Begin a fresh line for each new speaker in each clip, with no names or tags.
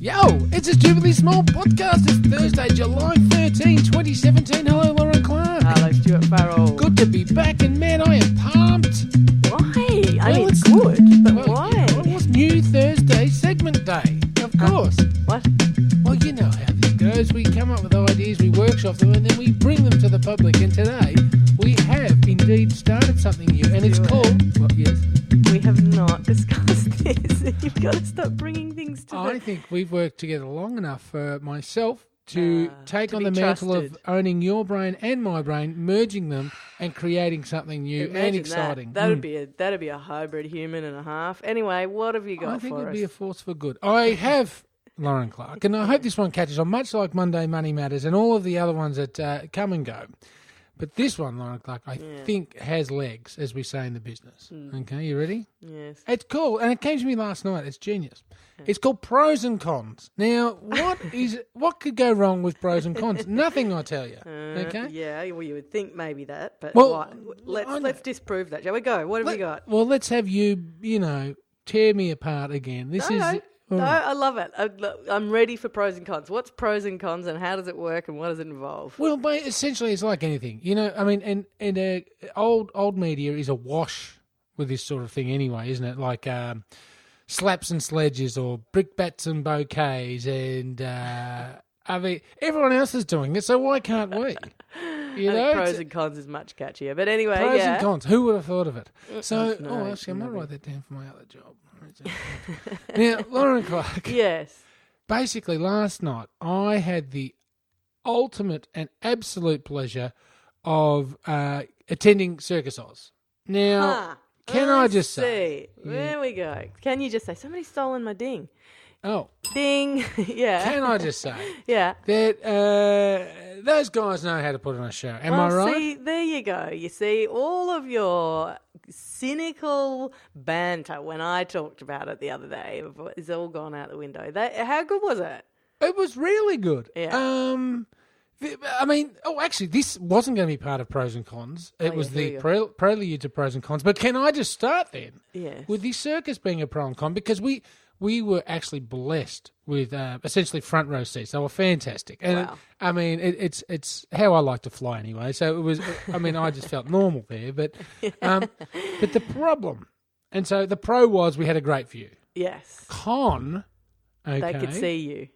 Yo, it's a stupidly small podcast. It's Thursday, July 13, 2017. Hello, Lauren Clark.
Hello, Stuart Farrell.
Good to be back, and man, I am pumped.
Why? I
Well,
mean,
it's-
it's good, but
Well,
why?
you know, it was New Thursday segment day, of
Huh?
course.
What?
Well, you know how this goes. We come up with ideas, we workshop them, and then we bring them to the public. And today, we have indeed started something new, and it's
Do it.
called. Well, yes,
We have not discussed this. You've got to stop bringing things to
I
the.
think we've worked together long enough for myself to
Ah,
take
to
on
be
the mantle of
trusted.
owning your brain and my brain, merging them, and creating something new and
Imagine
exciting.
That. That'd
Mm.
be a that'd be a hybrid human and a half. Anyway, what have you got
I think
for
it'd
us?
be a force for good. I have Lauren Clark, and I hope this one catches on, much like Monday Money Matters and all of the other ones that uh, come and go. But this one, Lauren Clark, I think has legs, as we say in the business.
Mm.
Okay, you ready?
yes.
It's cool, and it came to me last night. It's genius.
Hmm.
It's called pros and cons. Now, what is what could go wrong with pros and cons? Nothing, I tell you. Okay.
Uh, yeah, well, you would think maybe that, but
Well,
why- let's
I know.
let's disprove that. Shall we go? What have we got?
Well, let's have you, you know, tear me apart again. This
No,
is oh.
no, I love it. I, lo- I'm ready for pros and cons. What's pros and cons, and how does it work, and what does it involve?
Well, but essentially, it's like anything, you know. I mean, and and uh, old old media is awash with this sort of thing, anyway, isn't it? Like um, slaps and sledges, or brickbats and bouquets, and uh, other everyone else is doing it, so why can't we? You
I
know,
think
it's-
pros and cons is much catchier. But anyway,
pros
yeah. Mm,
and cons. Who would have thought of it? So,
no,
oh,
it's
actually, I might
another-
write that down for my other job. now, Lauren Clark
Yes.
basically last night I had the ultimate and absolute pleasure of uh, attending Circus Oz. Now,
Ah,
can I, just
see.
say,
There we go. Can you just say somebody's stolen my ding?
oh,
Ding. yeah.
can I just say
yeah.
that uh, those guys know how to put on a show? Am I
Well,
right?
See, there you go. You see, all of your cynical banter when I talked about it the other day is all gone out the window. That, how good was it?
It was really good.
Yeah.
Um, the, I mean, oh, actually, this wasn't going to be part of pros and cons. It
Oh, yeah,
was
here we
the
go.
pre- prelude to pros and cons. But can I just start then?
Yes.
With the circus being a pro and con, because we we were actually blessed with uh, essentially front row seats. They were fantastic. And
Wow.
I mean, it, it's it's how I like to fly anyway. So it was. I mean, I just felt normal there. But um, but the problem, and so the pro was we had a great view.
Yes.
Con. Okay.
They could see you.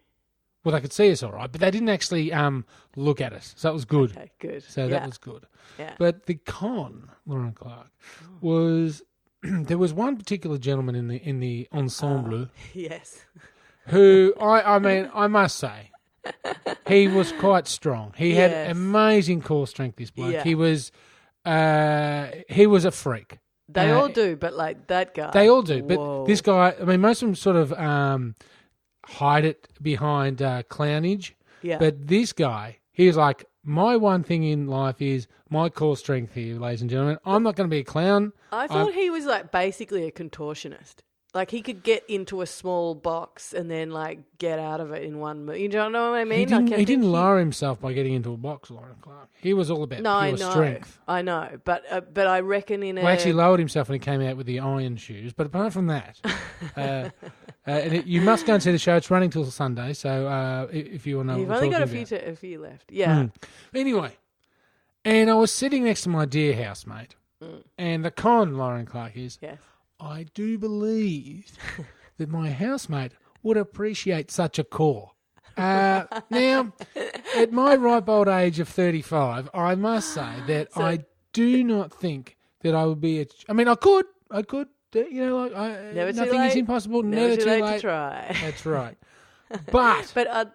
Well, they could see us all right, but they didn't actually um, look at us. So that was good.
Okay, good.
So
yeah.
that was good.
Yeah. Oh.
But the con, Lauren Clark, was there was one particular gentleman in the in the ensemble
yes. Ah.
who I I mean I must say he was quite strong. He had
Yes.
amazing core strength. This bloke.
Yeah.
He was uh, he was a freak.
They
Uh,
all do, but like that guy.
They all do, but
Oh, Whoa.
this guy, I mean, most of them sort of um, hide it behind uh, clownage.
Yeah.
But this guy, he's like, my one thing in life is my core strength here, ladies and gentlemen. I'm not going to be a clown.
I thought he was like basically a contortionist. Like he could get into a small box and then like get out of it in one move. You don't know what I mean?
He didn't,
like, I
he
think
didn't lower himself by getting into a box, Lauren Clark. He was all about
No, I
pure
know.
strength.
I know, but uh, but I reckon in
Well,
a
actually, lowered himself when he came out with the iron shoes. But apart from that, uh, uh, and it, you must go and see the show. It's running till Sunday, so uh, i- if you want to know,
you've
what
only
we're
got a
talking
few
about. Hmm.
to, a few left. Yeah,
Anyway, and I was sitting next to my dear housemate,
Mm.
and the con, Lauren Clark, is
yes.
I do believe that my housemate would appreciate such a core. Uh, now, at my ripe old age of 35, I must say that I do not think that I would be. A, I mean, I could, I could, uh, you know, like I,
Never too
nothing is
late.
impossible.
Never,
never
too late, to try.
That's right. But
but uh,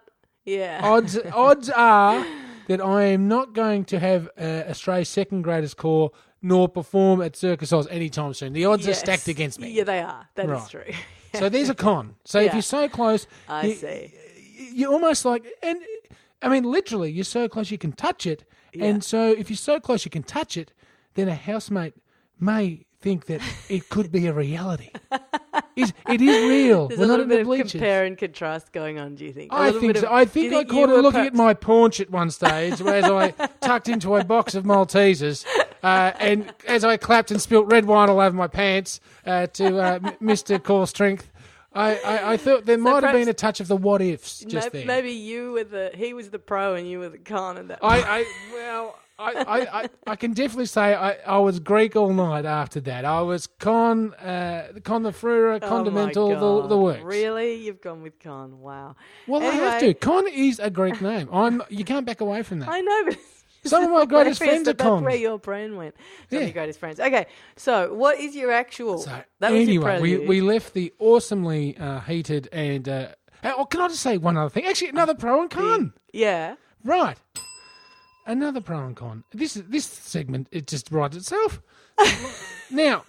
yeah,
odds odds are that I am not going to have uh, a stray second graders core nor perform at Circus Oz anytime soon. The odds
Yes.
are stacked against me.
Yeah, they are. That is
Right.
true.
So there's a con. So if
Yeah.
you're so close,
I
you,
see.
You're almost like, and I mean, literally, you're so close you can touch it. And so if you're so close you can touch it, then a housemate may think that it could be a reality. It's, it is real.
There's
We're
a
not
little
in
bit
the
of
bleachers.
compare and contrast going on. Do you think? A
I
little
think
bit
so.
of-
I
do you
think I
you
caught her
were
looking at
perhaps-
my paunch at one stage as I tucked into a box of Maltesers, uh, and as I clapped and spilt red wine all over my pants uh, to uh, M- Mr. Core Strength. I, I, I thought there might have
perhaps-
been a touch of the what ifs just
maybe,
there.
maybe you were the he was the pro and you were the con and that.
I, I well, I, I, I, I can definitely say I, I was Greek all night after that. I was con, uh, con the frura,
Oh my
condimental, the,
God.
the works.
Really, you've gone with con? Wow.
Well, I have
Anyway,
to. Con is a Greek name. I'm. You can't back away from that.
I know, but
Some of my greatest
hilarious
friends are
that That's
cons.
where your brain went.
Yeah.
Some of your greatest friends. Okay, so what is your actual?
So
that was your
anyway, we,
prelude.
we left the awesomely uh, heated and. Uh, oh, can I just say one other thing? Actually, another pro and con.
yeah.
Right. Another pro and con. This this segment it just writes itself. now,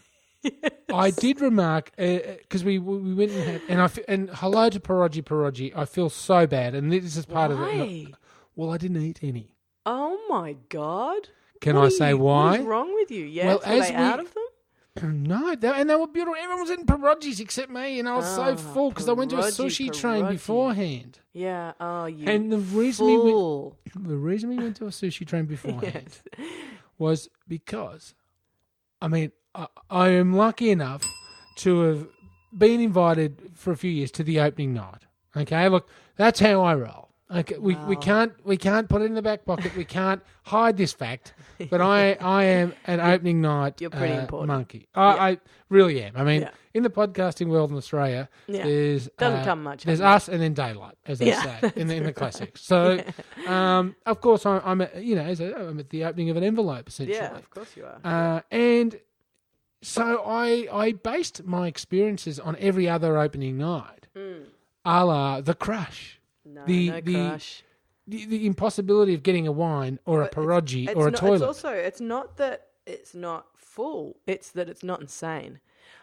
I did remark because we we went and had and I fe- and hello to Perogi Perogi. I feel so bad, and this is part of it.
Why?
Well, I didn't eat any.
Oh my god.
Can
What
I
are
say
you-
why?
What's wrong with you? Yeah,
Well,
were
as
they
we-
out of them?
No, they, and they were beautiful. Everyone was in pierogies except me, and I was so
Oh,
full because I went to a
pierogi,
sushi train
pierogi.
beforehand.
Yeah. Oh, you
And the reason we went,
fool.
the reason we went to a sushi train beforehand
Yes.
was because, I mean, I, I am lucky enough to have been invited for a few years to the opening night. Okay, look, that's how I roll. Okay, we, we
Wow.
can't we can't put it in the back pocket. We can't hide this fact. But I I am an opening night
You're pretty
uh,
important.
monkey. I, I really am. I mean,
Yeah.
in the podcasting world in Australia,
Yeah.
there's
Doesn't
uh,
come much,
There's
has
us
it?
and then daylight, as they
Yeah,
say in the, in the classics. So, um, of course, I'm, I'm at, you know as a, I'm at the opening of an envelope essentially.
yeah, of course you are.
Uh, and so I I based my experiences on every other opening night,
Hmm.
a la the crush,
No,
the-
no
the-
crush.
the, the impossibility of getting a wine or a
But it's-
pierogi
It's
or a
not, It's
toilet.
also it's not that it's not full. It's that it's not insane.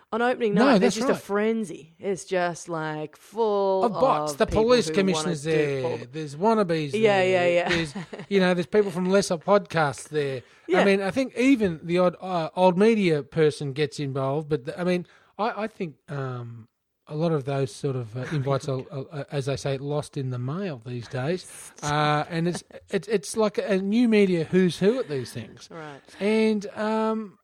On opening
No,
night, there's
that's
just a
right.
frenzy. It's just like full
of bots, the
people
police
who
commissioners
wanna do all
there.
the-
There's wannabes.
Yeah,
there.
yeah, yeah.
There's you know, there's people from lesser podcasts there.
Yeah.
I mean, I think even the odd uh, old media person gets involved. But the, I mean, I, I think um, a lot of those sort of uh, invites are, are, are, as they say, lost in the mail these days. Uh, and it's it's it's like a new media who's who at these things.
Right.
And um,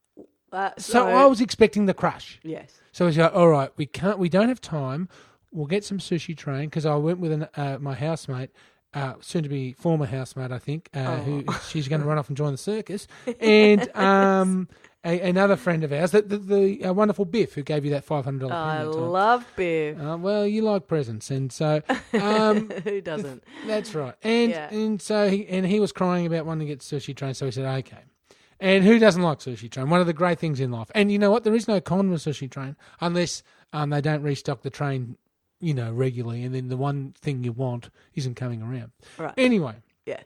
Uh,
so I was expecting the crush.
yes.
So he's like, "All right, we can't. We don't have time. We'll get some sushi train because I went with an, uh, my housemate, uh, soon to be former housemate, I think, uh, who she's going to run off and join the circus, and um, a, another friend of ours, the the, the uh, wonderful Biff, who gave you that five hundred
I
dollar.
love beer.
Uh, well, you like presents, and so um,
Who doesn't?
that's right. And
Yeah.
and so he and he was crying about wanting to get sushi train, so he said, Okay. And who doesn't like sushi train? One of the great things in life. And you know what? There is no con with sushi train unless um, they don't restock the train, you know, regularly and then the one thing you want isn't coming around.
Right.
Anyway,
Yes.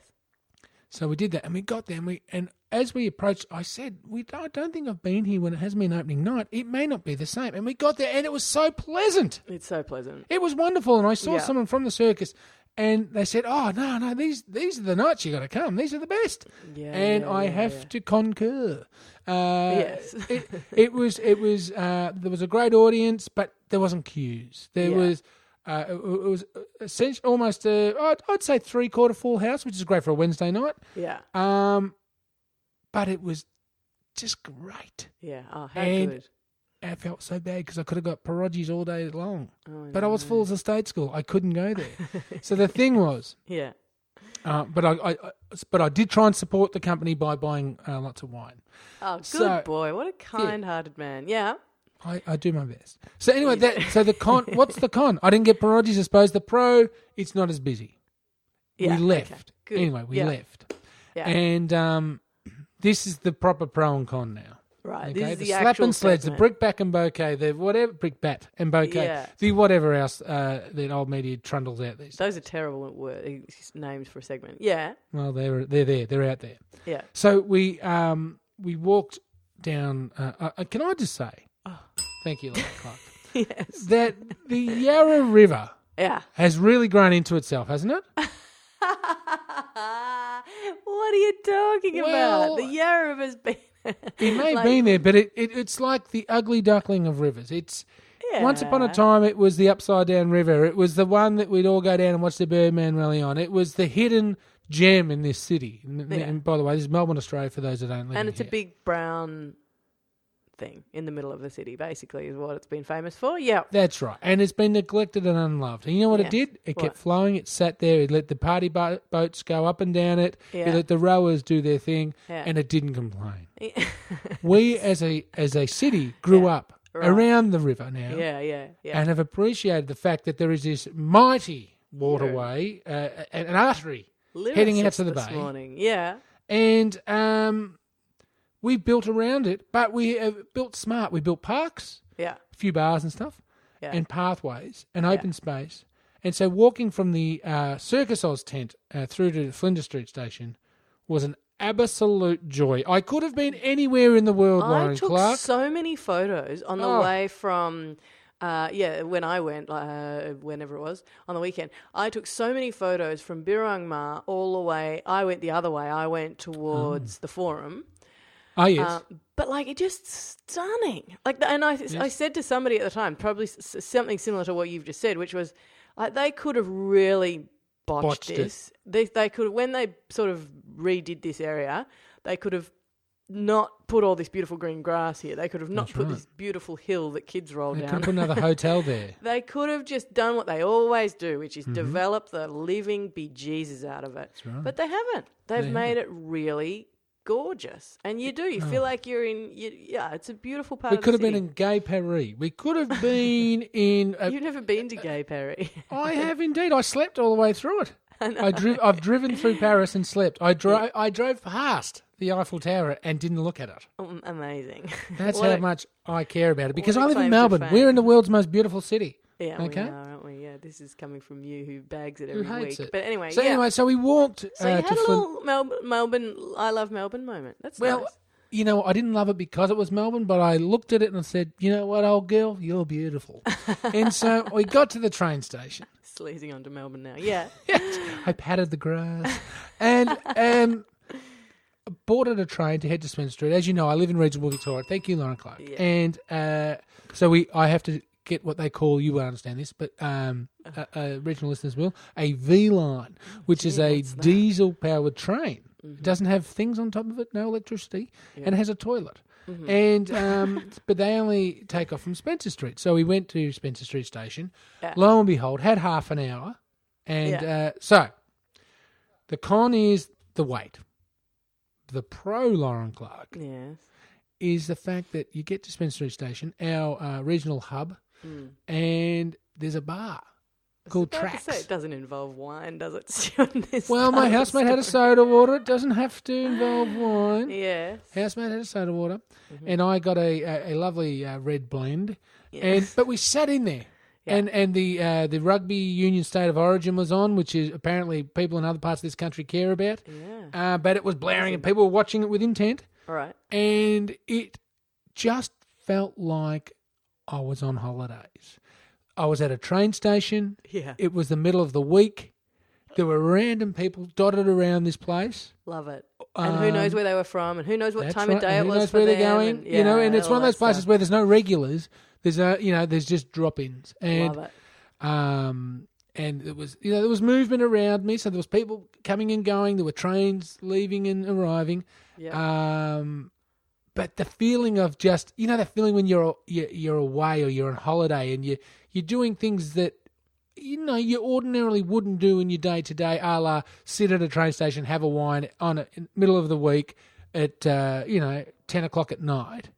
so we did that and we got there and we and as we approached I said, We I don't think I've been here when it has been opening night. It may not be the same. And we got there and it was so pleasant.
It's so pleasant.
It was wonderful, and I saw
Yeah.
someone from the circus, and they said, "Oh no, no, these these are the nights you got to come. These are the best."
Yeah,
and
yeah,
I
yeah,
have
yeah.
to concur. Uh,
Yes.
it, it was it was uh, there was a great audience, but there wasn't queues. There
Yeah.
was. Uh, it, it was essentially almost a, I'd, I'd say three quarter full house, which is great for a Wednesday night.
Yeah.
Um, but it was just great.
Yeah. Oh, how
And-
good.
I felt so bad because I could have got pierogies all day long.
Oh,
But I was full as a state school. I couldn't go there. so the thing was,
Yeah.
uh, but I, I, I, but I did try and support the company by buying uh, lots of wine.
Oh, good
So-
boy. What a kind-hearted man. Yeah.
I, I do my best. So anyway, that, so the con, what's the con? I didn't get pierogies. I suppose the pro, it's not as busy.
Yeah.
we
okay,
left
good.
anyway. We
Yeah,
left,
Yeah.
and um, this is the proper pro and con now.
right.
Okay,
This is
the,
the,
slap
actual
and sleds, the
segment.
brickbat and bouquet, the whatever brickbat and bouquet,
Yeah.
the whatever else uh, that old media trundles out these.
Those are terrible word, names for a segment. Yeah.
Well, they're they're there. They're out there.
Yeah.
So we um we walked down. Uh, uh, uh, can I just say,
Oh.
thank you, Lord Clark,
Yes.
that the Yarra River
Yeah.
has really grown into itself, hasn't it?
what are you talking
Well-
about? The Yarra River's been.
It may have been there, but it, it it's like the ugly duckling of rivers. It's once upon a
Yeah.
time it was the upside down river. It was the one that we'd all go down and watch the Birdman rally on. It was the hidden gem in this city. And,
Yeah.
and by the way, this is Melbourne, Australia. For those that don't live, in
and it's a
here.
big brown thing in the middle of the city, basically, is what it's been famous for. Yeah.
That's right. And it's been neglected and unloved. And you know what
Yes.
it did? It
What?
kept flowing. It sat there. It let the party bo- boats go up and down it.
Yeah.
It let the rowers do their thing.
Yeah.
And it didn't complain. We as a as a city grew up
Right.
around the river now
yeah, yeah, yeah.
and have appreciated the fact that there is this mighty waterway, uh, an, an artery. heading out
Lyricist
to the
this
bay.
morning. Yeah.
And um, we built around it, but we have built smart. We built parks.
Yeah.
few bars and stuff,
Yeah.
and pathways and open space. And so walking from the uh, Circus Oz tent uh, through to Flinders Street station was an absolute joy. I could have been anywhere in the world,
Mm. I
Lauren
took
Clark.
so many photos on the
Oh.
way from. Uh, yeah, when I went, uh, whenever it was on the weekend, I took so many photos from Birangma all the way. I went the other way. I went towards the forum.
oh yes,
Uh, but like it just stunning. Like, and I, I said to somebody at the time, probably s- s- something similar to what you've just said, which was like they could have really botched,
Botched it.
this. They they could have when they sort of redid this area, they could have not put all this beautiful green grass here. They could have not
That's
put
right.
this beautiful hill that kids roll
I could
down.
have put another hotel there.
They could have just done what they always do, which is develop the living bejesus out of it.
Mm-hmm. right.
But they haven't. They've made it really gorgeous, and you do. You feel like you're in. You, yeah, it's a beautiful part.
Oh. We
of
could
the
have been
city.
in Gay Paris. We could have been in. uh,
You've never been to Gay Perry.
I have indeed. I slept all the way through it. I dri- I've driven through Paris and slept. I drove. I drove past the Eiffel Tower and didn't look at it.
Um, Amazing.
That's
What
how
a-
much I care about it because
what a
I live
claim
in
to
Melbourne.
fame.
We're in the world's most beautiful city.
Yeah,
okay.
we are, aren't we? Yeah, this is coming from you who bags it
Who
every
hates
week.
it?
But anyway,
so
yeah.
anyway, so we walked.
so you
uh,
had
to
a
Flin-
little Mel- Melbourne. I love Melbourne moment. That's
well,
nice.
you know, I didn't love it because it was Melbourne, but I looked at it and I said, "You know what, old girl, you're beautiful." and so we got to the train station.
Sleazing onto Melbourne now. Yeah.
I patted the grass and um, boarded a train to head to Smith Street. As you know, I live in Regional Victoria. Thank you, Lauren Clark.
Yeah.
And uh, so we, I have to get what they call. You will understand this, but um, uh, uh, regional listeners will a V line, which is a diesel powered train. It doesn't have things on top of it, no electricity, and it has a toilet.
Hmm.
And um, but they only take off from Spencer Street, so we went to Spencer Street station.
Yeah.
Lo and behold, had half an hour, and uh, so the con is the wait. The pro Lauren Clark
yes.
is the fact that you get to Spencer Street Station, our uh, regional hub, and there's a bar called
Hmm. About to say,
Tracks.
It doesn't involve wine, does it? Stuart? This
Well, my
time it's-
housemate had a soda water. It doesn't have to involve wine.
Yes.
Housemate had a soda water, and I got a a, a lovely uh, red blend. And
Mm-hmm. Yes.
but we sat in there, and and the uh, the rugby union state of origin was on, which is apparently people in other parts of this country care about.
Yeah.
Uh, but it was blaring, and people were watching it with intent,
All right.
and it just felt like I was on holidays. I was at a train station.
Yeah.
It was the middle of the week. There were random people dotted around this place.
Love it. And who knows where they were from, and who knows what
Um, That's
time
right.
of
and
day it
who
was
knows
for
where they're
them,
going,
and-
you know.
yeah,
And it's
all
one of those
that
places
stuff.
where there's no regulars. There's a, you know, there's just drop-ins, and
Love it.
um, and it was, you know, there was movement around me. So there was people coming and going. There were trains leaving and arriving.
Yeah.
Um, but the feeling of just, you know, that feeling when you're you're you're away or you're on holiday and you you're doing things that. You know, you ordinarily wouldn't do in your day to day, a la sit at a train station, have a wine on a, in middle of the week at uh, you know ten o'clock at night.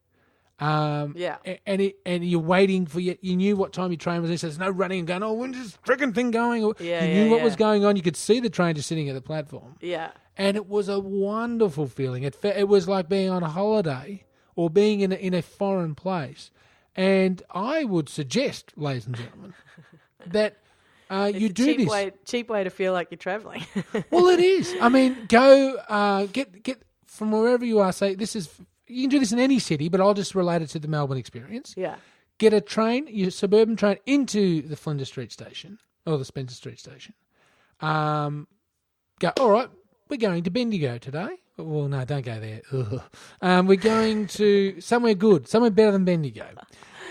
Um,
Yeah.
a- and it, and you're waiting for you. You knew what time your train was. in, So there's no running and going. Oh, when's this freaking thing going? Or
Yeah,
you
yeah,
knew what
yeah.
was going on. You could see the train just sitting at the platform,
yeah.
and it was a wonderful feeling. It fe- it was like being on a holiday or being in a, in a foreign place. And I would suggest, ladies and gentlemen, that uh, you
It's a
do
cheap
this.
Way, cheap way to feel like you're traveling.
Well, it is. I mean, go uh, get get from wherever you are. Say this is. You can do this in any city, but I'll just relate it to the Melbourne experience
yeah.
get a train, your suburban train, into the Flinders Street station or the Spencer Street station. Um, go. All right, we're going to Bendigo today. Well, no, don't go there. Ugh. Um, we're going to somewhere good, somewhere better than Bendigo.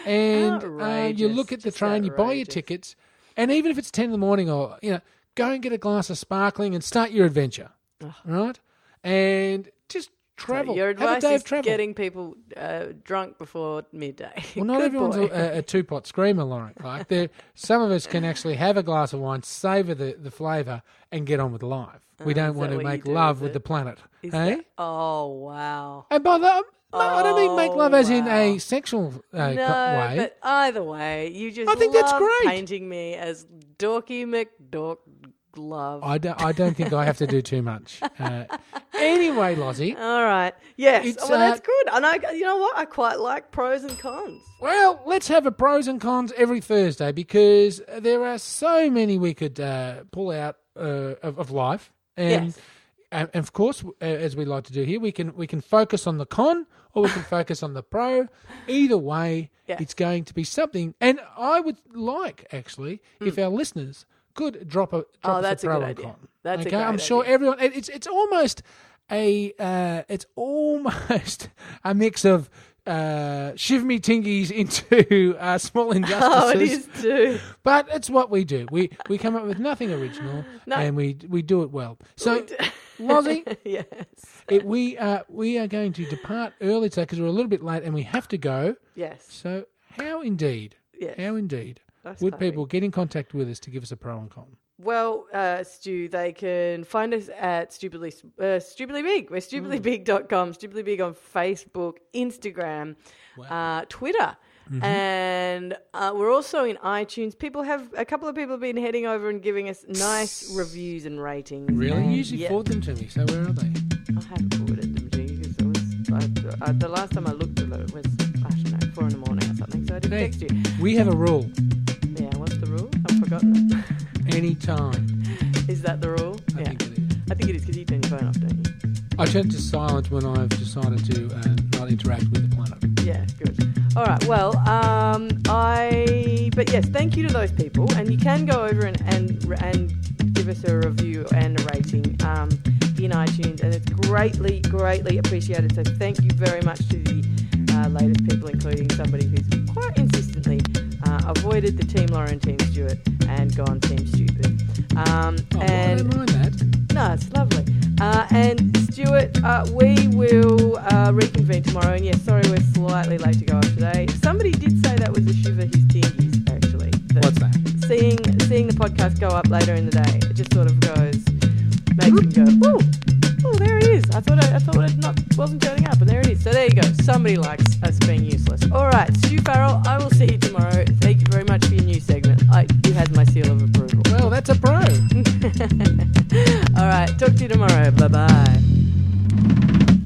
And uh, you
Outrageous,
look at the
just
train, you buy your
outrageous.
tickets, and even if it's ten in the morning, or you know, go and get a glass of sparkling and start your adventure. Right, and just Travel.
Your
Have a
advice
day
is
of travel.
getting people uh, drunk before midday.
well, not
Good
everyone's
boy.
a, a two pot screamer, Lauren. Like there, some of us can actually have a glass of wine, savor the, the flavor, and get on with life. We don't
Oh, that
want to
what you
make
do,
love
is
with
it?
the planet,
Is
eh?
that- oh wow.
And by that, no, I don't mean make
Oh,
love as in
wow.
a sexual uh, co-
No,
way.
but either way, you just
I think that's
love
great.
painting me as dorky McDork glove.
I don't, I don't think I have to do too much. Uh, anyway, Lozzie.
All right. Yes.
It's,
well, that's
uh,
good. And I, you know what? I quite like pros and cons.
Well, let's have a pros and cons every Thursday because there are so many we could uh, pull out uh, of, of life, and,
Yes.
and and of course, uh, as we like to do here, we can we can focus on the con or we can focus on the pro. Either way,
Yeah.
it's going to be something. And I would like actually if our listeners could drop a drop us
Hmm. Oh, that's a
pro
good
and
idea.
con.
That's a
okay, I'm
great
sure
idea.
everyone. it- It's it's almost a uh, it's almost a mix of uh, shiv me tingies into uh, small injustices.
Oh, it is too.
But it's what we do. We we come up with nothing original, and we we do it well. So, Lozzie,
yes.
it, we uh, we are going to depart early today because we're a little bit late and we have to go.
Yes.
So, how indeed,
Yes.
how indeed,
That's
would
funny.
people get in contact with us to give us a pro and con?
Well, uh, Stu, they can find us at Stupidly, uh, Stupidly Big. We're
Hmm.
stupidlybig.com, Stupidly Big on Facebook, Instagram, uh, Twitter.
Mm-hmm.
And uh, we're also in iTunes. People have a couple of people have been heading over and giving us nice reviews and ratings.
Really?
And,
You usually
yeah,
forward them to me. So where are they?
I haven't forwarded them to you because it was I, I, the last time I looked at it was I don't know four in the morning or something. So I didn't
Hey.
text you.
We have a rule.
Yeah, what's the rule? I've forgotten. it.
Any time.
Is that the rule?
I
yeah,
think it is.
I think it is because you turn your phone off, don't you?
I turn to silence when I've decided to uh, not interact with the planet.
Yeah, good. All right. Well, um, I. But yes, thank you to those people, and you can go over and and and give us a review and a rating um, in iTunes, and it's greatly greatly appreciated. So thank you very much to the uh, latest people, including somebody who's quite insistently uh, avoided the Team Lauren, Team Stewart, and gone Team Stupid. Um,
Oh, I
and
don't mind that.
no, it's lovely. Uh, and Stuart, uh, we will uh, reconvene tomorrow. And yes, sorry, we're slightly late to go off today. Somebody did say that was a shiver his tingies, actually. That
What's that?
Seeing seeing the podcast go up later in the day, it just sort of goes makes him go, oh, oh, there it is. I thought I, I thought it not wasn't turning up, and there it is. So there you go. Somebody likes us being useless. All right, Stu Farrell, I will see you tomorrow. Thank you very much for your new segment. I, you had my seal of approval.
Well, that's a pro.
All right, talk to you tomorrow. Bye bye.